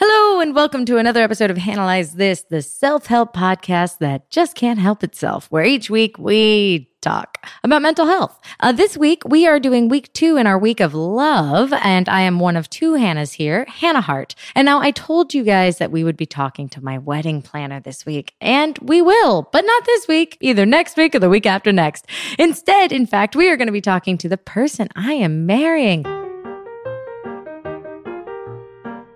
Hello, and welcome to another episode of Analyze This, the self help podcast that just can't help itself, where each week we talk about mental health. Uh, this week, we are doing week two in our week of love, and I am one of two Hannahs here, Hannah Hart. And now I told you guys that we would be talking to my wedding planner this week, and we will, but not this week, either next week or the week after next. Instead, in fact, we are going to be talking to the person I am marrying.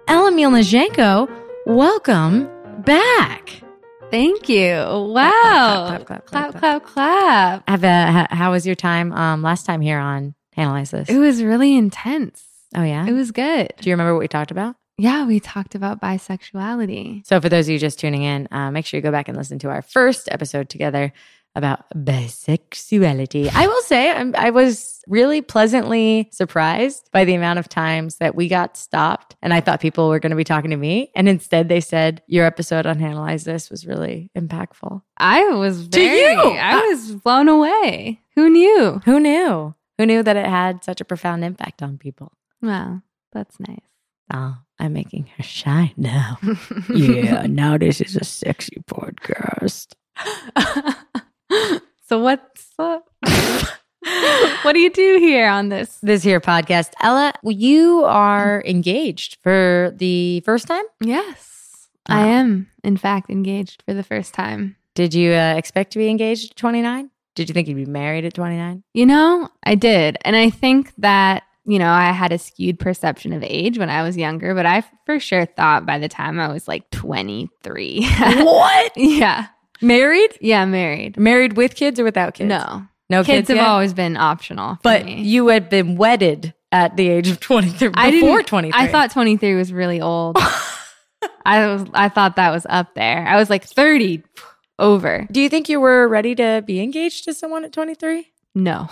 Ella Milnazhenko, welcome back. Thank you. Wow. Wow. Clap, clap, clap, clap, clap, clap, clap, clap. Have a, h- how was your time um, last time here on Analyze This? It was really intense. Oh, yeah. It was good. Do you remember what we talked about? Yeah, we talked about bisexuality. So, for those of you just tuning in, uh, make sure you go back and listen to our first episode together about bisexuality. I will say, I'm, I was really pleasantly surprised by the amount of times that we got stopped, and I thought people were going to be talking to me, and instead they said, "Your episode on Analyze This was really impactful." I was To very, you! Uh. I was blown away. Who knew? Who knew? Who knew that it had such a profound impact on people? Wow, that's nice. Oh, I'm making her shy now. yeah, now this is a sexy podcast. so what's up? what do you do here on this? This here podcast. Ella, you are engaged for the first time. Yes. Wow. I am, in fact, engaged for the first time. Did you uh, expect to be engaged at 29? Did you think you'd be married at 29? You know, I did. And I think that, you know, I had a skewed perception of age when I was younger, but I for sure thought by the time I was like 23. what? yeah. Married? Yeah, married. Married with kids or without kids? No. No kids, kids, have yet? always been optional. for But me. you had been wedded at the age of 23 I didn't- before 23. I thought 23 was really old. I was I thought that was up there. I was like 30 over. Do you think you were ready to be engaged to someone at 23? No.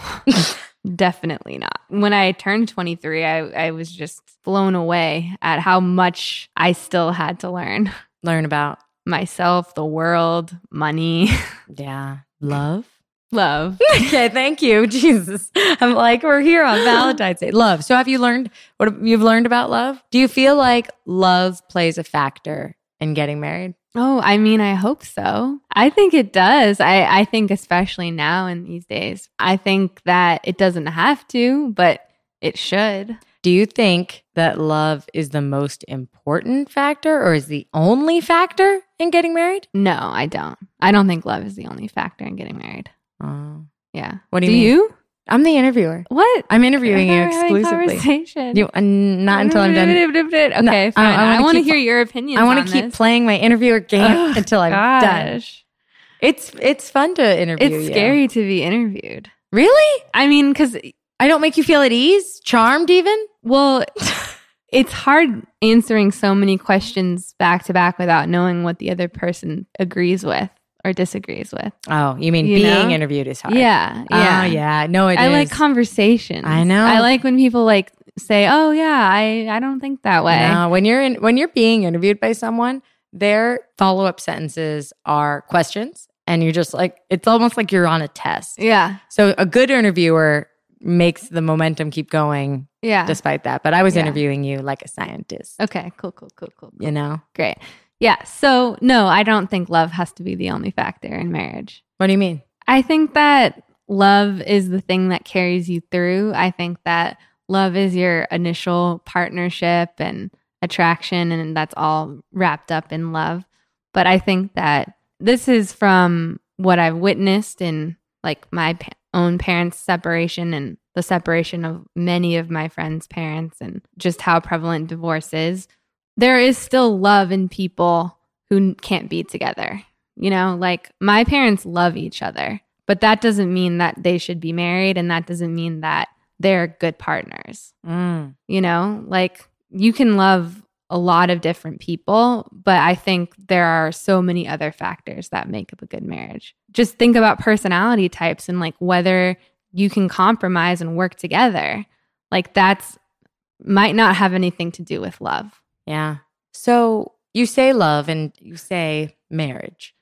Definitely not. When I turned 23, I, I was just blown away at how much I still had to learn. Learn about, myself, the world, money, yeah, love. love. okay, thank you, Jesus. I'm like we're here on Valentine's Day. Love. So have you learned what you've learned about love? Do you feel like love plays a factor in getting married? Oh, I mean, I hope so. I think it does. I, I think, especially now in these days, I think that it doesn't have to, but it should. Do you think that love is the most important factor or is the only factor in getting married? No, I don't. I don't think love is the only factor in getting married. Oh. Yeah. What do you mean? you? I'm the interviewer. What? I'm interviewing you We're having exclusively. Conversation. You, uh, not until I'm done. Okay, No, I- fine. I wanna I, want to keep- hear your opinion. I want to keep playing my interviewer game Ugh, until I'm done. Gosh, It's it's fun to interview. it's you. scary to be interviewed. Really? I mean, because I don't make you feel at ease, charmed even. Well, it's hard answering so many questions back to back without knowing what the other person agrees with or disagrees with. Oh, you mean You being know? interviewed is hard? Yeah, yeah, Oh, yeah. No, it I like is. conversations. I know. I like when people like say, "Oh, yeah, I I don't think that way." No, when you're in, when you're being interviewed by someone, their follow up sentences are questions, and you're just like it's almost like you're on a test. Yeah, So a good interviewer makes the momentum keep going yeah. despite that. But I was Yeah. interviewing you like a scientist, okay, cool, cool, cool, cool. you know. Great. Yeah. So, no, I don't think love has to be the only factor in marriage. What do you mean? I think that love is the thing that carries you through. I think that love is your initial partnership and attraction, and that's all wrapped up in love. But I think that this is from what I've witnessed in like my pa- own parents' separation and the separation of many of my friends' parents, and just how prevalent divorce is. There is still love in people who n- can't be together. You know, like my parents love each other, but that doesn't mean that they should be married and that doesn't mean that they're good partners. Mm. You know, like you can love a lot of different people, but I think there are so many other factors that make up a good marriage. Just think about personality types and like whether you can compromise and work together. Like that's might not have anything to do with love. Yeah. So you say love and you say marriage.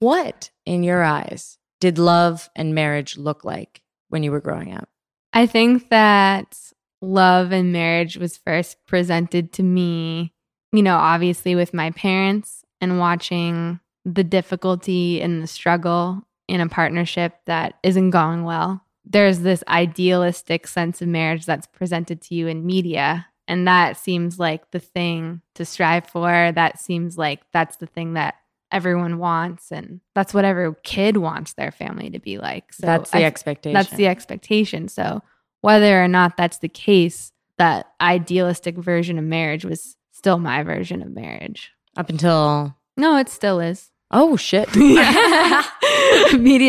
What, in your eyes, did love and marriage look like when you were growing up? I think that love and marriage was first presented to me, you know, obviously with my parents and watching the difficulty and the struggle in a partnership that isn't going well. There's this idealistic sense of marriage that's presented to you in media. And that seems like the thing to strive for. That seems like that's the thing that everyone wants. And that's what every kid wants their family to be like. So that's the I- expectation. that's the expectation. So whether or not that's the case, that idealistic version of marriage was still my version of marriage. up until No, it still is. oh shit, Media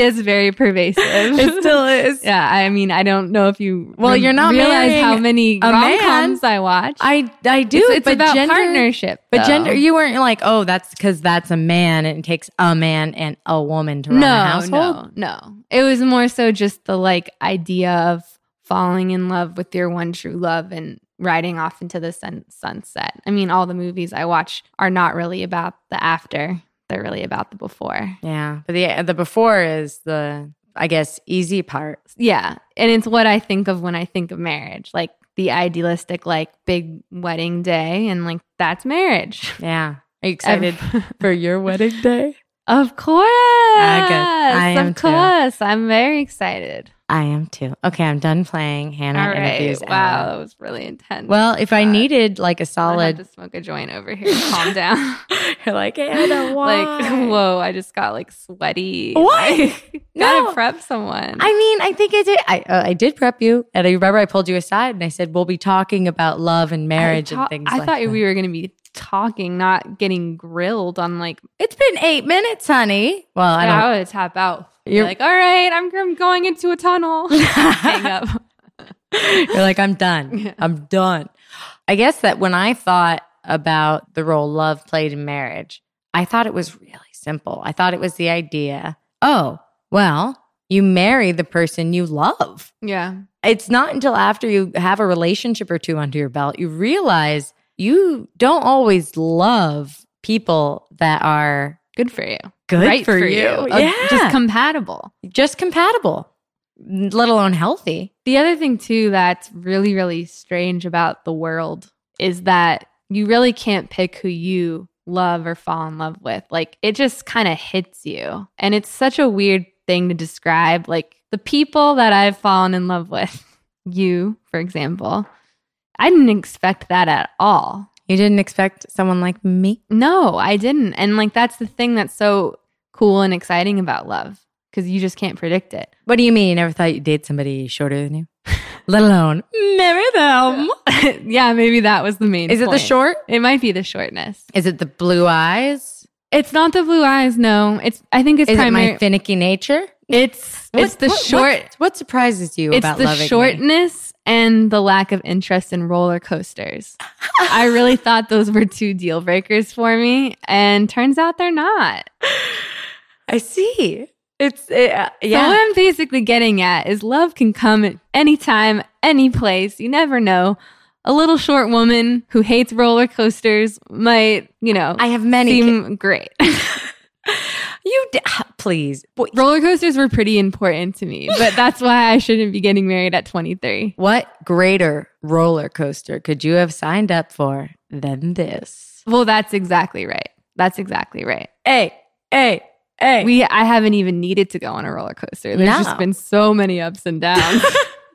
is very pervasive. it still is. yeah, I mean, I don't know if you Well, you're not realize marrying how many a man. rom coms I watch. I I do. it's, it's but about gender, partnership, But though. gender, you weren't like, oh, that's because that's a man, and it takes a man and a woman to run a no, household. no, no. It was more so just the like idea of falling in love with your one true love and riding off into the sun- sunset. I mean, all the movies I watch are not really about the after; they're really about the before. Yeah, but the the before is the I guess easy part. Yeah, and it's what I think of when I think of marriage, like the idealistic, like big wedding day, and like that's marriage. Yeah, are you excited for your wedding day? of course, I am of too. course, I'm very excited. I am too. Okay, I'm done playing Hannah All right, interviews. wow, Ellen. that was really intense. Well, if I God. needed like a I had solid, to smoke a joint over here. Calm down. you're like Hannah, why? Like, whoa, I just got like sweaty. Why? Like, gotta No. prep someone. I mean, I think I did. I uh, I did prep you, and I remember I pulled you aside and I said, "We'll be talking about love and marriage I and thought- things." I like thought that. we were gonna be talking, not getting grilled on like It's been eight minutes, honey. Well, I don't. I would tap out. You're You're- like, all right, I'm, I'm going into a tunnel. Hang up. You're like, I'm done. Yeah. I'm done. I guess that when I thought about the role love played in marriage, I thought it was really simple. I thought it was the idea oh, well, you marry the person you love. Yeah. It's not until after you have a relationship or two under your belt, you realize you don't always love people that are Good for you. good right for, you. Uh, Yeah. Just compatible. just compatible, let alone healthy. The other thing, too, that's really, really strange about the world is that you really can't pick who you love or fall in love with. Like, it just kind of hits you. And it's such a weird thing to describe. Like, the people that I've fallen in love with, you, for example, I didn't expect that at all. You didn't expect someone like me? No, I didn't. And, like, that's the thing that's so cool and exciting about love because you just can't predict it. What do you mean? You never thought you'd date somebody shorter than you? Let alone marry them. yeah, maybe that was the main Is it the point. short? It might be the shortness. Is it the blue eyes? It's not the blue eyes. No, it's. I think it's Is primary. it my finicky nature? it's it's What- the what- short. What, what surprises you it's about the loving me? shortness and the lack of interest in roller coasters. I really thought those were two deal breakers for me, and turns out they're not. I see. It's uh, So yeah. what I'm basically getting at is love can come at any time, any place. You never know. A little short woman who hates roller coasters might, you know, I have many. seem great. you d- please. Boy, Roller coasters were pretty important to me, but that's why I shouldn't be getting married at 23. what greater roller coaster could you have signed up for than this? Well, that's exactly right. That's exactly right. Hey, hey, hey. We I haven't even needed to go on a roller coaster. There's No. just been so many ups and downs.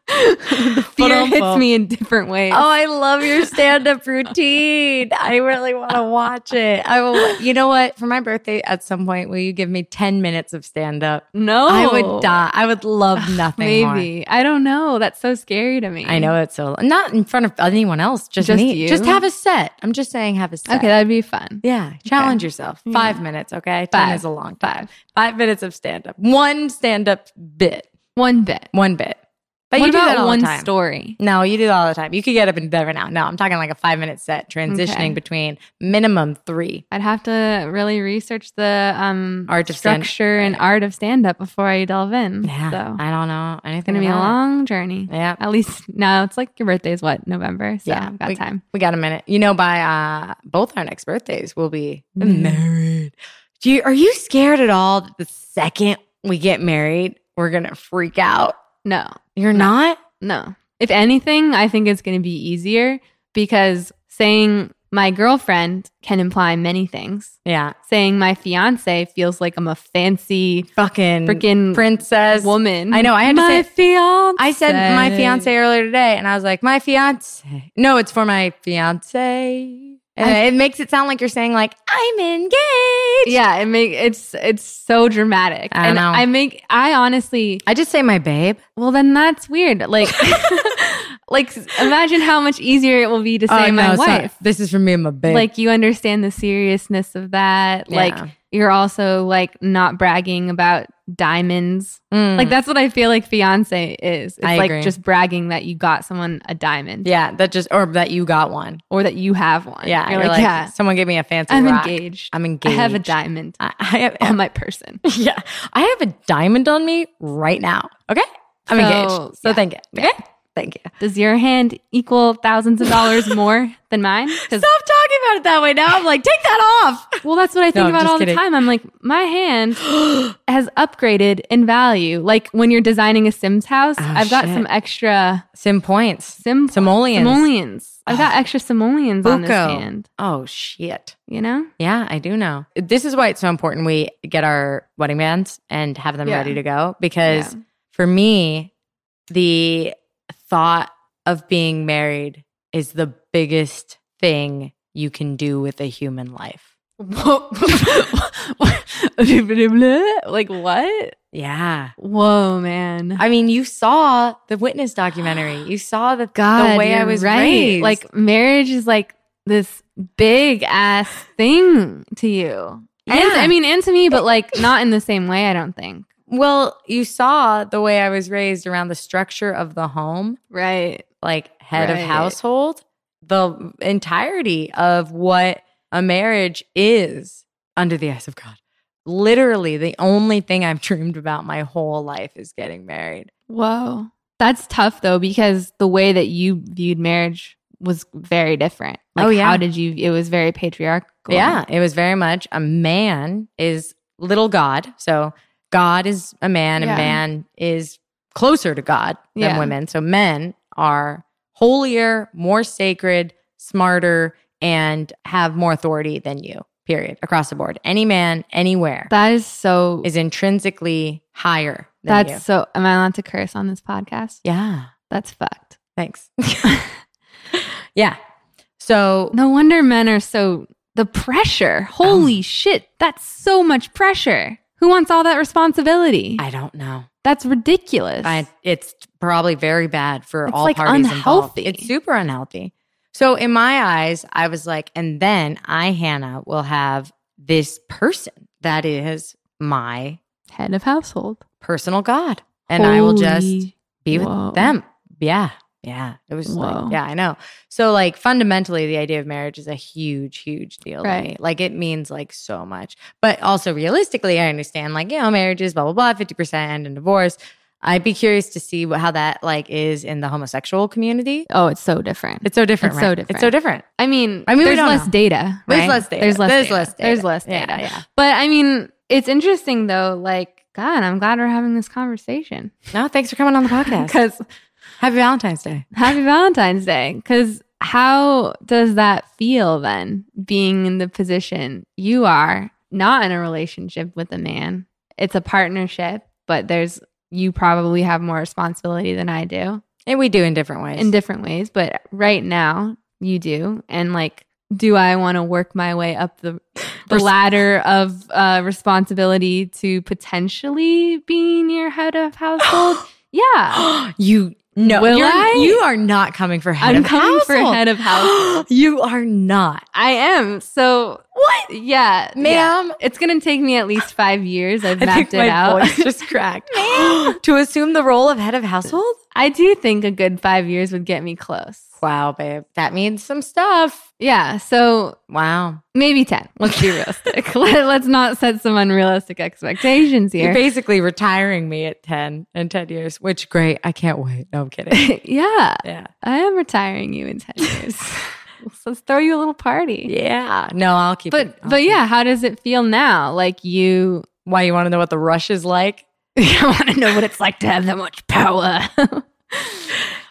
the fear Ba-dum-bum. hits me in different ways. Oh, I love your stand-up routine. I really want to watch it. I will. You know what? For my birthday, at some point, will you give me ten minutes of stand-up? no. I would die. I would love nothing more. Oh. Ah, Maybe. I don't know. That's so scary to me. I know it's so not in front of anyone else. Just, Just me. you? Just have a set. I'm just saying, have a set. Okay, that'd be fun. Yeah, challenge yourself. Yeah. Five minutes, okay? Ten Five. is a long time. Five minutes of stand up. One stand up bit. One bit. One bit. But what you do about that all one the time. story? No, you do that all the time. You could get up and do that right now. No, I'm talking like a five minute set, transitioning Okay. between minimum three. I'd have to really research the um Art of stand- structure and art of stand up before I delve in. Yeah, So I don't know anything. It's gonna be a about it. long journey. Yeah, At least now it's like your birthday's what November, so Yeah, I've got we- time. we got a minute. You know, by uh, both our next birthdays, we'll be Mm. married. Do you are you scared at all that the second we get married, we're gonna freak out? No, You're No. not? no. If anything, I think it's going to be easier because saying my girlfriend can imply many things. Yeah. Saying my fiance feels like I'm a fancy Fucking freaking princess. woman. I know, I had to my say- fiance. I said my fiance earlier today, and I was like, my fiance. No, it's for my fiance. And I- it makes it sound like you're saying like I'm engaged. Yeah, it make it's it's so dramatic, I and know. I make I honestly I just say my babe. Well, then that's weird. Like, like imagine how much easier it will be to say Oh, no, my it's not- wife. This is for me and my babe. Like, you understand the seriousness of that. Yeah. Like, you're also like not bragging about diamonds. Mm. Like, that's what I feel like fiance is. It's I like agree. just bragging that you got someone a diamond yeah, that just or that you got one. or that you have one. Yeah, you're, like, yeah, Someone gave me a fancy. I'm rock. engaged. I'm engaged. I have a diamond I, I have, on my person. yeah, I have a diamond on me right now. Okay, I'm So, engaged. So yeah. thank you. Okay, thank you. Does your hand equal thousands of dollars more than mine? 'Cause- Stop talking about it that way. Now I'm like, take that off. Well, that's what I think I'm about just all kidding. the time. I'm like, my hand has upgraded in value. Like when you're designing a Sims house, I've got Oh, shit. some extra Sim points. Sim Simoleons. Ah. simoleons. I've got extra simoleons on this Bucco. hand. Oh shit. You know, Yeah, I do know. This is why it's so important we get our wedding bands and have them Yeah. ready to go because Yeah. for me, the thought of being married is the biggest thing you can do with a human life. like what? Yeah. Whoa, man. I mean, you saw the witness documentary. You saw the, God, the way I you're was right. raised. Like marriage is like this big ass thing to you. And Yeah. I mean, and to me, but like not in the same way. I don't think. well, you saw the way I was raised around the structure of the home, Right. like head of Right. household, the entirety of what a marriage is under the eyes of God. Literally, the only thing I've dreamed about my whole life is getting married. Whoa. That's tough though, because the way that you viewed marriage was very different. Like, Oh, yeah. How did you? It was very patriarchal. Yeah, it was very much a man is little God. So God is a man, Yeah. and man is closer to God than Yeah. women. So men are holier, more sacred, smarter, and have more authority than you, period, across the board. Any man, anywhere, That is so. is intrinsically higher than that's you. so. Am I allowed to curse on this podcast? Yeah, That's fucked. thanks. yeah. So, No wonder men are so. The pressure. Oh. Holy shit. That's so much pressure. Who wants all that responsibility? I don't know. that's ridiculous. I, it's probably very bad for It's, all like, parties involved. unhealthy. It's super unhealthy. So in my eyes, I was like, and then I, Hannah, will have this person that is my Head of household. personal God, and I will just Holy- be with whoa. them. Yeah, yeah. It was Whoa. like, yeah, I know. So like fundamentally, the idea of marriage is a huge, huge deal. to Right. me. Like it means like so much, but also realistically, I understand like you know marriages, blah blah blah, fifty percent end in divorce. I'd be curious to see what, how that like is in the homosexual community. Oh, it's so different. It's so different. It's so right? It's different. so different. I mean, I mean, we there's don't less know. data. There's right? less data. There's less There's data. less data. There's less Yeah, data. yeah. But I mean, it's interesting though. Like, God, I'm glad we're having this conversation No, thanks for coming on the podcast. because Happy Valentine's Day. Happy Valentine's Day. Because how does that feel then, being in the position you are, not in a relationship with a man? It's a partnership, but there's you probably have more responsibility than I do And we do in different ways. in different ways, but right now you do. And like, do I want to work my way up the, the Res- ladder of uh, responsibility to potentially being your head of household? yeah. you no, Will you're- I? you are not coming for head I'm of coming for household. head of household. you are not. I am. So, What, yeah. yeah. ma'am? It's going to take me at least five years. I've I mapped think my it out. voice just cracked. to assume the role of head of household? I do think a good five years would get me close. Wow, babe, that means some stuff. Yeah. So, Wow, Maybe 10. Let's be realistic. Let, let's not set some unrealistic expectations you're here. basically retiring me at ten in ten years, which great. I can't wait. No, I'm kidding. yeah, yeah, I am retiring you in 10 years. Let's throw you a little party. Yeah. No, I'll keep But it. I'll but keep it. yeah, how does it feel now? Like you Why you want to know what the rush is like? I want to know what it's like to have that much power.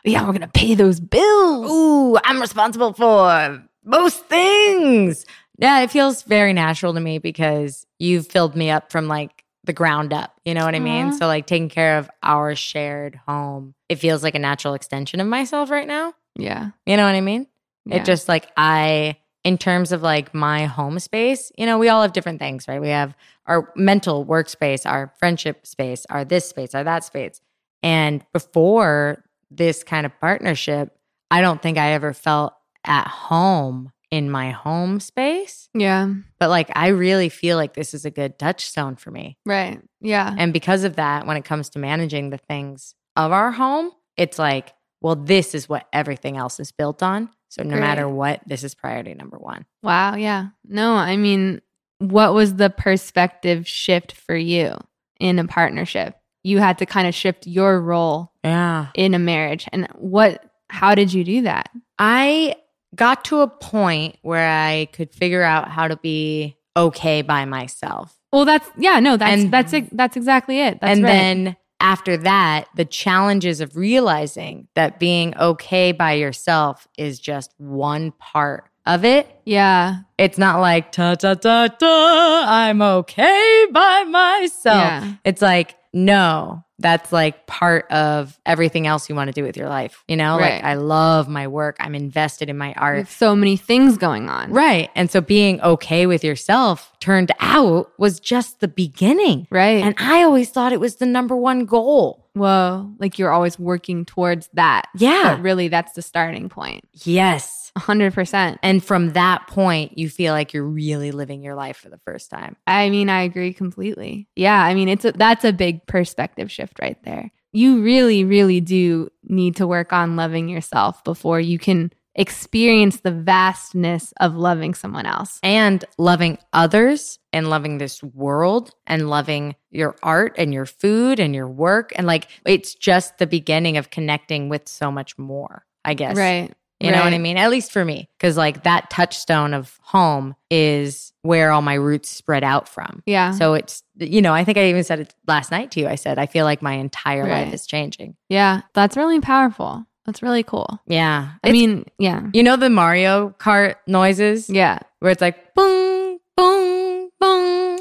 yeah, we're going to pay those bills. Ooh, I'm responsible for most things. Yeah, it feels very natural to me because you've filled me up from like the ground up. You know what I mean? Aw. So like taking care of our shared home, it feels like a natural extension of myself right now. Yeah. You know what I mean? yeah. It just like I, in terms of like my home space, you know, we all have different things, right? We have our mental workspace, our friendship space, our this space, our that space. And before this kind of partnership, I don't think I ever felt at home in my home space. Yeah. But like, I really feel like this is a good touchstone for me. Right. Yeah. And because of that, when it comes to managing the things of our home, it's like, well, this is what everything else is built on. So no Right. matter what, this is priority number one. Wow. Yeah. No, I mean, what was the perspective shift for you in a partnership? You had to kind of shift your role Yeah. in a marriage. And what, how did you do that? I got to a point where I could figure out how to be okay by myself. Well, that's, yeah, no, that's, And- that's, it. that's exactly it. That's and right. then after that, the challenges of realizing that being okay by yourself is just one part of it. yeah. It's not like ta ta ta ta. I'm okay by myself. Yeah. It's like no, that's like part of everything else you want to do with your life. You know, like Right. I love my work. I'm invested in my You art. have so many things going on. Right. And so being okay with yourself turned out was just the beginning. Right. And I always thought it was the number one goal. Whoa. Like you're always working towards that. Yeah. But really, that's the starting point. Yes. 100%. And from that point, you feel like you're really living your life for the first time. I mean, I agree completely. Yeah, I mean, it's a, that's a big perspective shift right there. You really really do need to work on loving yourself before you can experience the vastness of loving someone else. and loving others and loving this world and loving your art and your food and your work and like it's just the beginning of connecting with so much more i guess Right. you know what i right. mean at least for me because like that touchstone of home is where all my roots spread out from Yeah. so it's you know i think i even said it last night to you i said i feel like my entire life Right. is changing yeah, that's really powerful. That's really cool. yeah I mean, yeah. you know the mario kart noises Yeah. where it's like boom boom boom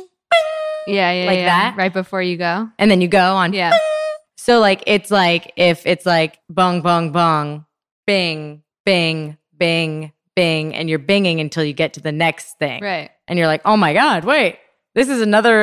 Yeah, yeah, Like yeah. that? right before you go. and then you go on. Yeah. So like it's like if it's like bong bong bong, bing bing bing bing, and you're binging until you get to the next thing, Right. and you're like, oh my god, wait, this is another.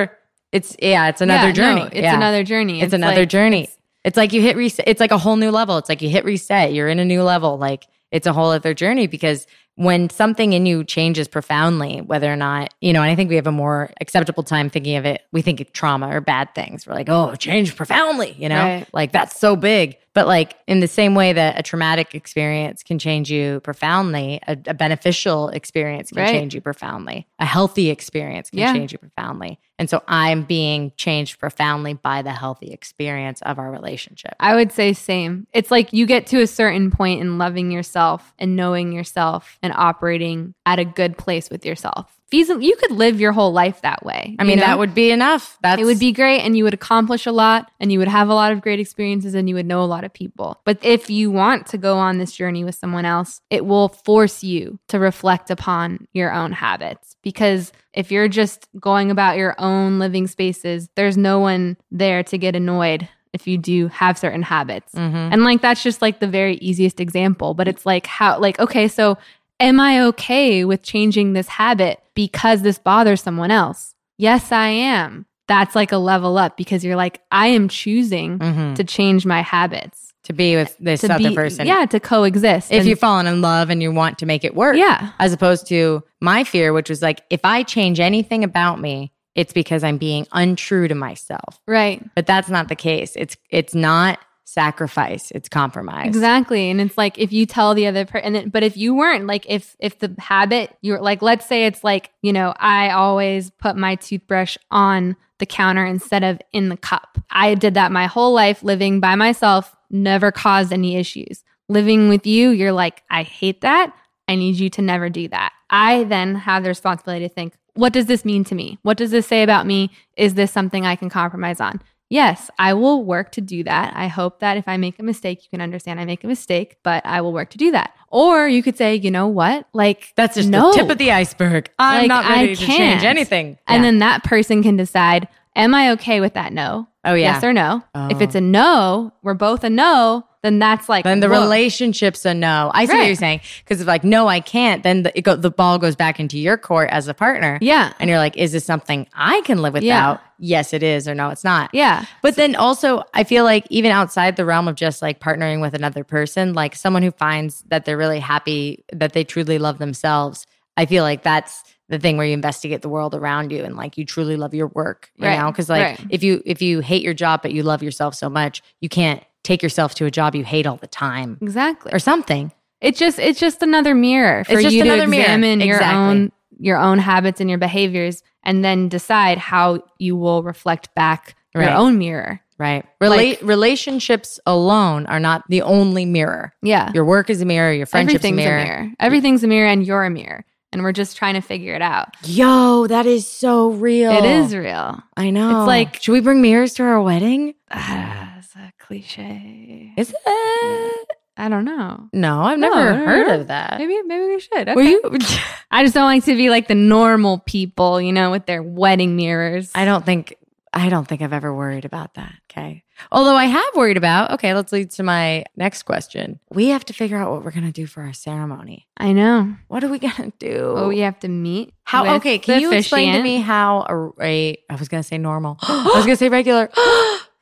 It's yeah, it's another Yeah, journey. no, it's Yeah. another journey. It's, another like- journey. It's, it's- like you hit reset. It's like a whole new level. It's like you hit reset. You're in a new level. Like it's a whole other journey because when something in you changes profoundly, whether or not, you know, and I think we have a more acceptable time thinking of it. We think of trauma or bad things. We're like, oh, it changed profoundly, you know, Right. like that's so big. But like in the same way that a traumatic experience can change you profoundly, a, a beneficial experience can Right. change you profoundly. A healthy experience can Yeah. change you profoundly. And so I'm being changed profoundly by the healthy experience of our relationship. I would say same. It's like you get to a certain point in loving yourself and knowing yourself and operating at a good place with yourself. Feasibly, you could live your whole life that way. I you mean, know? that would be enough. That's it would be great and you would accomplish a lot and you would have a lot of great experiences and you would know a lot of people. But if you want to go on this journey with someone else, it will force you to reflect upon your own habits because if you're just going about your own living spaces, there's no one there to get annoyed if you do have certain habits. Mhm. Mm-hmm. And like that's just like the very easiest example, but it's like how like okay, so am I okay with changing this habit because this bothers someone else? Yes, I am. That's like a level up because you're like I am choosing Mhm. to change my habits. to be with this To other be- person. Yeah, to coexist. If And- you've fallen in love and you want to make it work. Yeah. As opposed to my fear, which was like, if I change anything about me, it's because I'm being untrue to myself. Right. But that's not the case. It's it's not sacrifice, it's compromise. Exactly. And it's like if you tell the other person, then but if you weren't, like if if the habit you're like, let's say it's like, you know, I always put my toothbrush on the counter instead of in the cup. I did that my whole life living by myself, never caused any issues. Living with you, you're like, I hate that. I need you to never do that. I then have the responsibility to think, what does this mean to me? What does this say about me? Is this something I can compromise on? Yes, I will work to do that. I hope that if I make a mistake, you can understand I make a mistake, but I will work to do that. Or you could say, you know what? Like, That's just no. the tip of the iceberg. I'm Like, not I ready to change can't. anything. Yeah. And then that person can decide, am I okay with that no? oh yeah, Yes or no? If Oh. it's a no, we're both a no, then that's like then the whoa. relationship's a no. I see what Right. you're saying because if like no, I can't. Then the, it go, the ball goes back into your court as a partner. Yeah. and you're like, is this something I can live without? Yeah. Yes, it is, or no, it's not. Yeah. But then also, I feel like even outside the realm of just like partnering with another person, like someone who finds that they're really happy, that they truly love themselves, I feel like that's the thing where you investigate the world around you and like you truly love your work, you Right, know? Because like right. if you if you hate your job but you love yourself so much, you can't take yourself to a job you hate all the time Exactly. or something. It's just it's just another mirror for It's just you to another mirror. examine your Exactly. own your own habits and your behaviors and then decide how you will reflect back Right. your own mirror. Right. Rela- Like- relationships alone are not the only mirror. Yeah. Your work is a mirror, your friendship's Everything's a mirror. Everything's a mirror and you're a mirror. And we're just trying to figure it out. Yo, that is so real. It is real. I know. It's like- should we bring mirrors to our wedding? Ah, it's a cliche. Is it? I don't know. No, I've No, never no, heard no. of that. Maybe maybe we should. Were Okay. you? I just don't like to be like the normal people, you know, with their wedding mirrors. I don't think. I don't think I've ever worried about that. Okay. Although I have worried about. Okay, let's lead to my next question. We have to figure out what we're gonna do for our ceremony. I know. What are we gonna do? Oh, we have to meet. How with okay? Can the you explain to officiant. me how a, a I was gonna say normal. I was gonna say regular.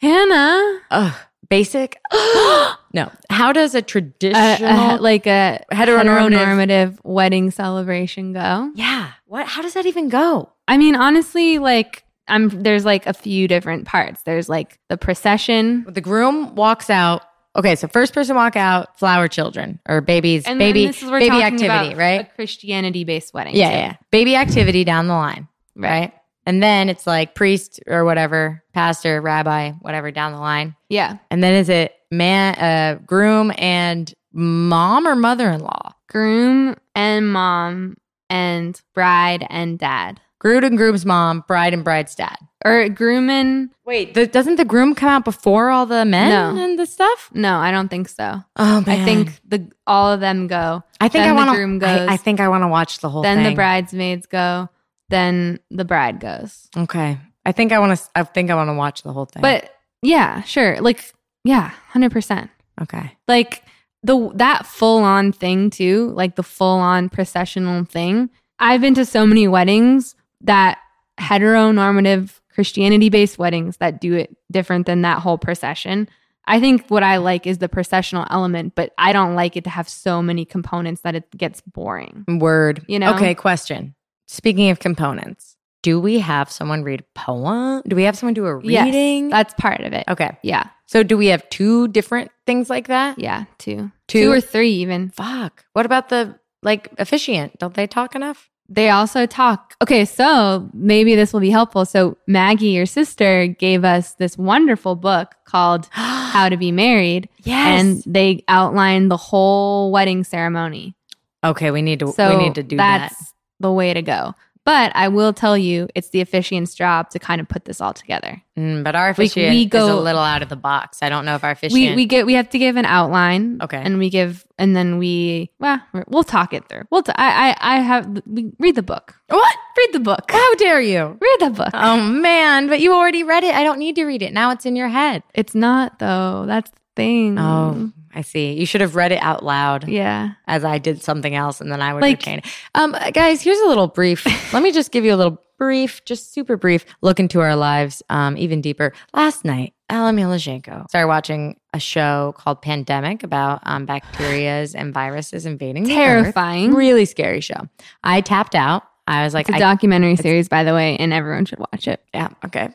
Hannah? Ugh, basic. no. How does a A- traditional a- Uh, like a heteronormative? heteronormative wedding celebration go? yeah. What? How does that even go? I mean, honestly, like I'm there's like a few different parts. There's like the procession The groom walks out. Okay, so first person walk out, flower children or babies, and then baby, this is we're baby talking activity, about right? A Christianity based wedding. Yeah, too. yeah, baby activity down the line, right. And then it's like priest or whatever, pastor, rabbi, whatever down the line. Yeah. And then is it man, uh, groom, and mom or mother in law? Groom and mom and bride and dad. Groom and groom's mom, bride and bride's dad. Or groom and Wait, the, doesn't the groom come out before all the men No. and the stuff? no, I don't think so. Oh I think the all of them go. I think then I the want groom to. I, goes. I think I want to watch the whole then thing. the bridesmaids go. Then the bride goes. Okay. I think I want to. I think I want to watch the whole thing. But yeah, sure. Like yeah, hundred percent. okay, Like the that full on thing too, like the full on processional thing. I've been to so many weddings that heteronormative Christianity based weddings that do it different than that whole procession. I think what I like is the processional element, but I don't like it to have so many components that it gets boring. word. You know? Okay. Question. Speaking of components, do we have someone read a poem? Do we have someone do a Yes, Uh, reading? that's part of it. okay. Yeah. So do we have two different things like that? Yeah, two. Two? two, or three even. Fuck. What about the like officiant? Don't they talk enough? They also talk. Okay, so maybe this will be helpful. So Maggie, your sister, gave us this wonderful book called yes. How to Be Married, and they outline the whole wedding ceremony. okay. We need to. So we need to do that's that. the way to go. But I will tell you, it's the officiant's job to kind of put this all together. Mm, but our we officiant is a go- little out of the box. I don't know if our officiant. We we get we have to give an outline. Okay. and we give and then we well we'll talk it through. We'll t- I I I have we read the book. what? Read the book. How dare you? Read the book. Oh man, but you already read it. I don't need to read it. Now it's in your head. It's not though. That's the thing. Oh, I see. You should have read it out loud Yeah. as I did something else and then I would Like- retain it. Um guys, here's a little brief. Let me just give you a little brief, just super brief look into our lives um even deeper. Last night, Alan Milashenko started watching a show called Pandemic about um bacterias and viruses invading the earth. Terrifying. Really scary show. I tapped out. I was like, it's a I documentary series, by the way, and everyone should watch it. Yeah. Okay.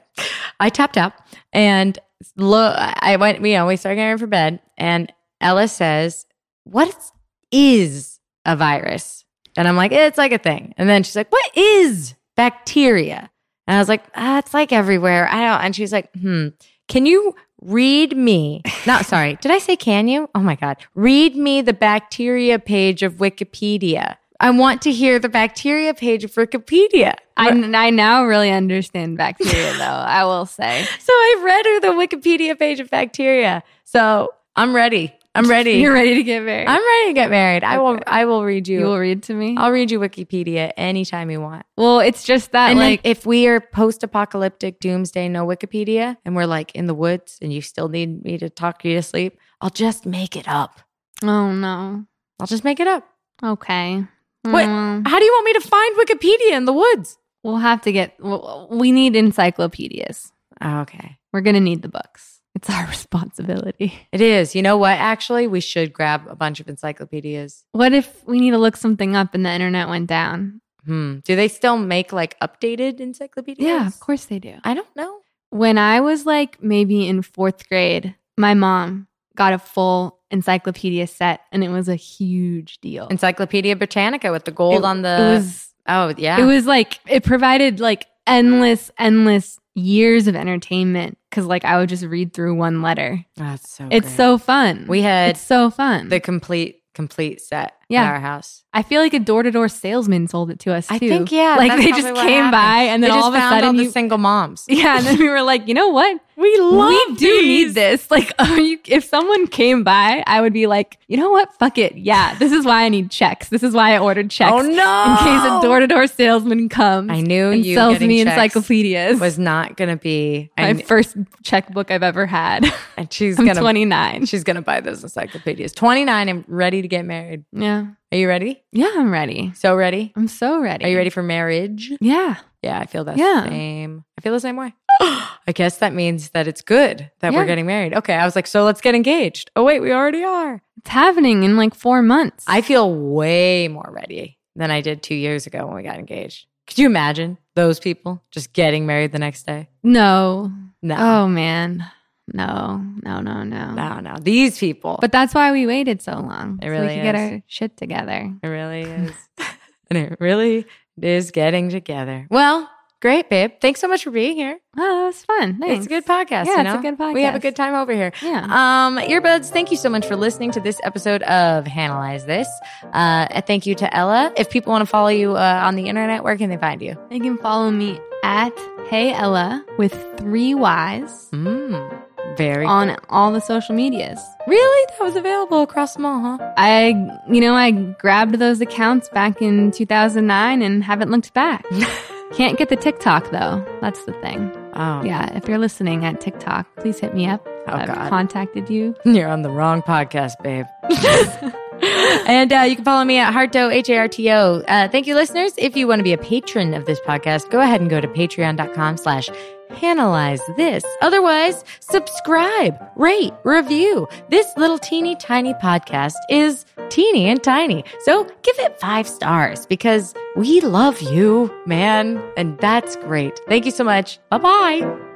I tapped out and lo- I went, you know, we started getting ready for bed. And Ella says, What is, is a virus? And I'm like, It's like a thing. And then she's like, What is bacteria? And I was like, ah, It's like everywhere. I don't. And she's like, Hmm, Can you read me? Not sorry. Did I say can you? Oh my God. Read me the bacteria page of Wikipedia. I want to hear the bacteria page of Wikipedia. I, I now really understand bacteria, though, I will say. So I read her the Wikipedia page of bacteria. So I'm ready. I'm ready. You're ready to get married. I'm ready Uh, to get married. I will. Okay. I will read you. you will read to me? I'll read you Wikipedia anytime you want. Well, it's just that, And like, like, if we are post-apocalyptic doomsday, no Wikipedia, and we're like in the woods, and you still need me to talk you to sleep, I'll just make it up. oh no. I'll just make it up. Mm-hmm. Okay. What- Mm, How do you want me to find Wikipedia in the woods? we'll have to get, well, we need encyclopedias. Oh, okay. We're going to need the books. It's our responsibility. It is. You know what? Actually, we should grab a bunch of encyclopedias. What if we need to look something up and the internet went down? Hmm. Do they still make like updated encyclopedias? Yeah, of course they do. I don't know. When I was like maybe in fourth grade, my mom got a full encyclopedia set and it was a huge deal. Encyclopedia Britannica with the gold It- on the. it was oh yeah. it was like it provided like endless, endless years of entertainment because like I would just read through one letter. Oh, That's so. It's great. so fun. We had it's so fun. the complete complete set Yeah. at our house. I feel like a door to door salesman sold it to us too. I think yeah, like that's they probably just what came happened. by and then They just all of a found sudden all you- the single moms. yeah, and then we were like, you know what? We we do need this. Like, are you, if someone came by, I would be like, you know what? Fuck it. Yeah, this is why I need checks. This is why I ordered checks. Oh no! In case a door to door salesman comes I knew and you sells getting me checks encyclopedias. was not gonna be. I my kn- first checkbook I've ever had. and she's I'm gonna 29. she's gonna buy those encyclopedias. Twenty nine and ready to get married. Yeah. Are you ready? Yeah, I'm ready. So ready? I'm so ready. Are you ready for marriage? Yeah. Yeah, I feel that Yeah. same. I feel the same way. I guess that means that it's good that Yeah. we're getting married. Okay, I was like, so let's get engaged. Oh wait, we already are. It's happening in like four months. I feel way more ready than I did two years ago when we got engaged. Could you imagine those people just getting married the next day? no. No, Oh, man. No, no, no, no. no, no. These people. But that's why we waited so long. It so really we could get is. our shit together. it really is. and it really is getting together. Well, great, babe. Thanks so much for being here. Oh, that was fun. Thanks. It's a good podcast. Yeah, you it's a know? good We have a podcast. good time over here. Yeah. Um, earbuds, thank you so much for listening to this episode of Analyze This. Uh, a thank you to Ella. If people want to follow you uh, on the internet, where can they find you? Uh, You can follow me at Hey Ella with three Y's Mm, very on all the social medias. Really? That was available across the mall, huh? I, you know, I grabbed those accounts back in 2009 and haven't looked back. Can't get the TikTok though. That's the thing. Oh, Yeah, if you're listening at TikTok, please hit me up. I've God. contacted you. You're on the wrong podcast, babe. and uh, you can follow me at Harto, H A R T O. Uh, thank you, listeners. If you want to be a patron of this podcast, go ahead and go to patreon.com slash analyze this. Otherwise, subscribe, rate, review. This little teeny tiny podcast is teeny and tiny. So give it five stars because we love you, man. And that's great. Thank you so much. Bye bye.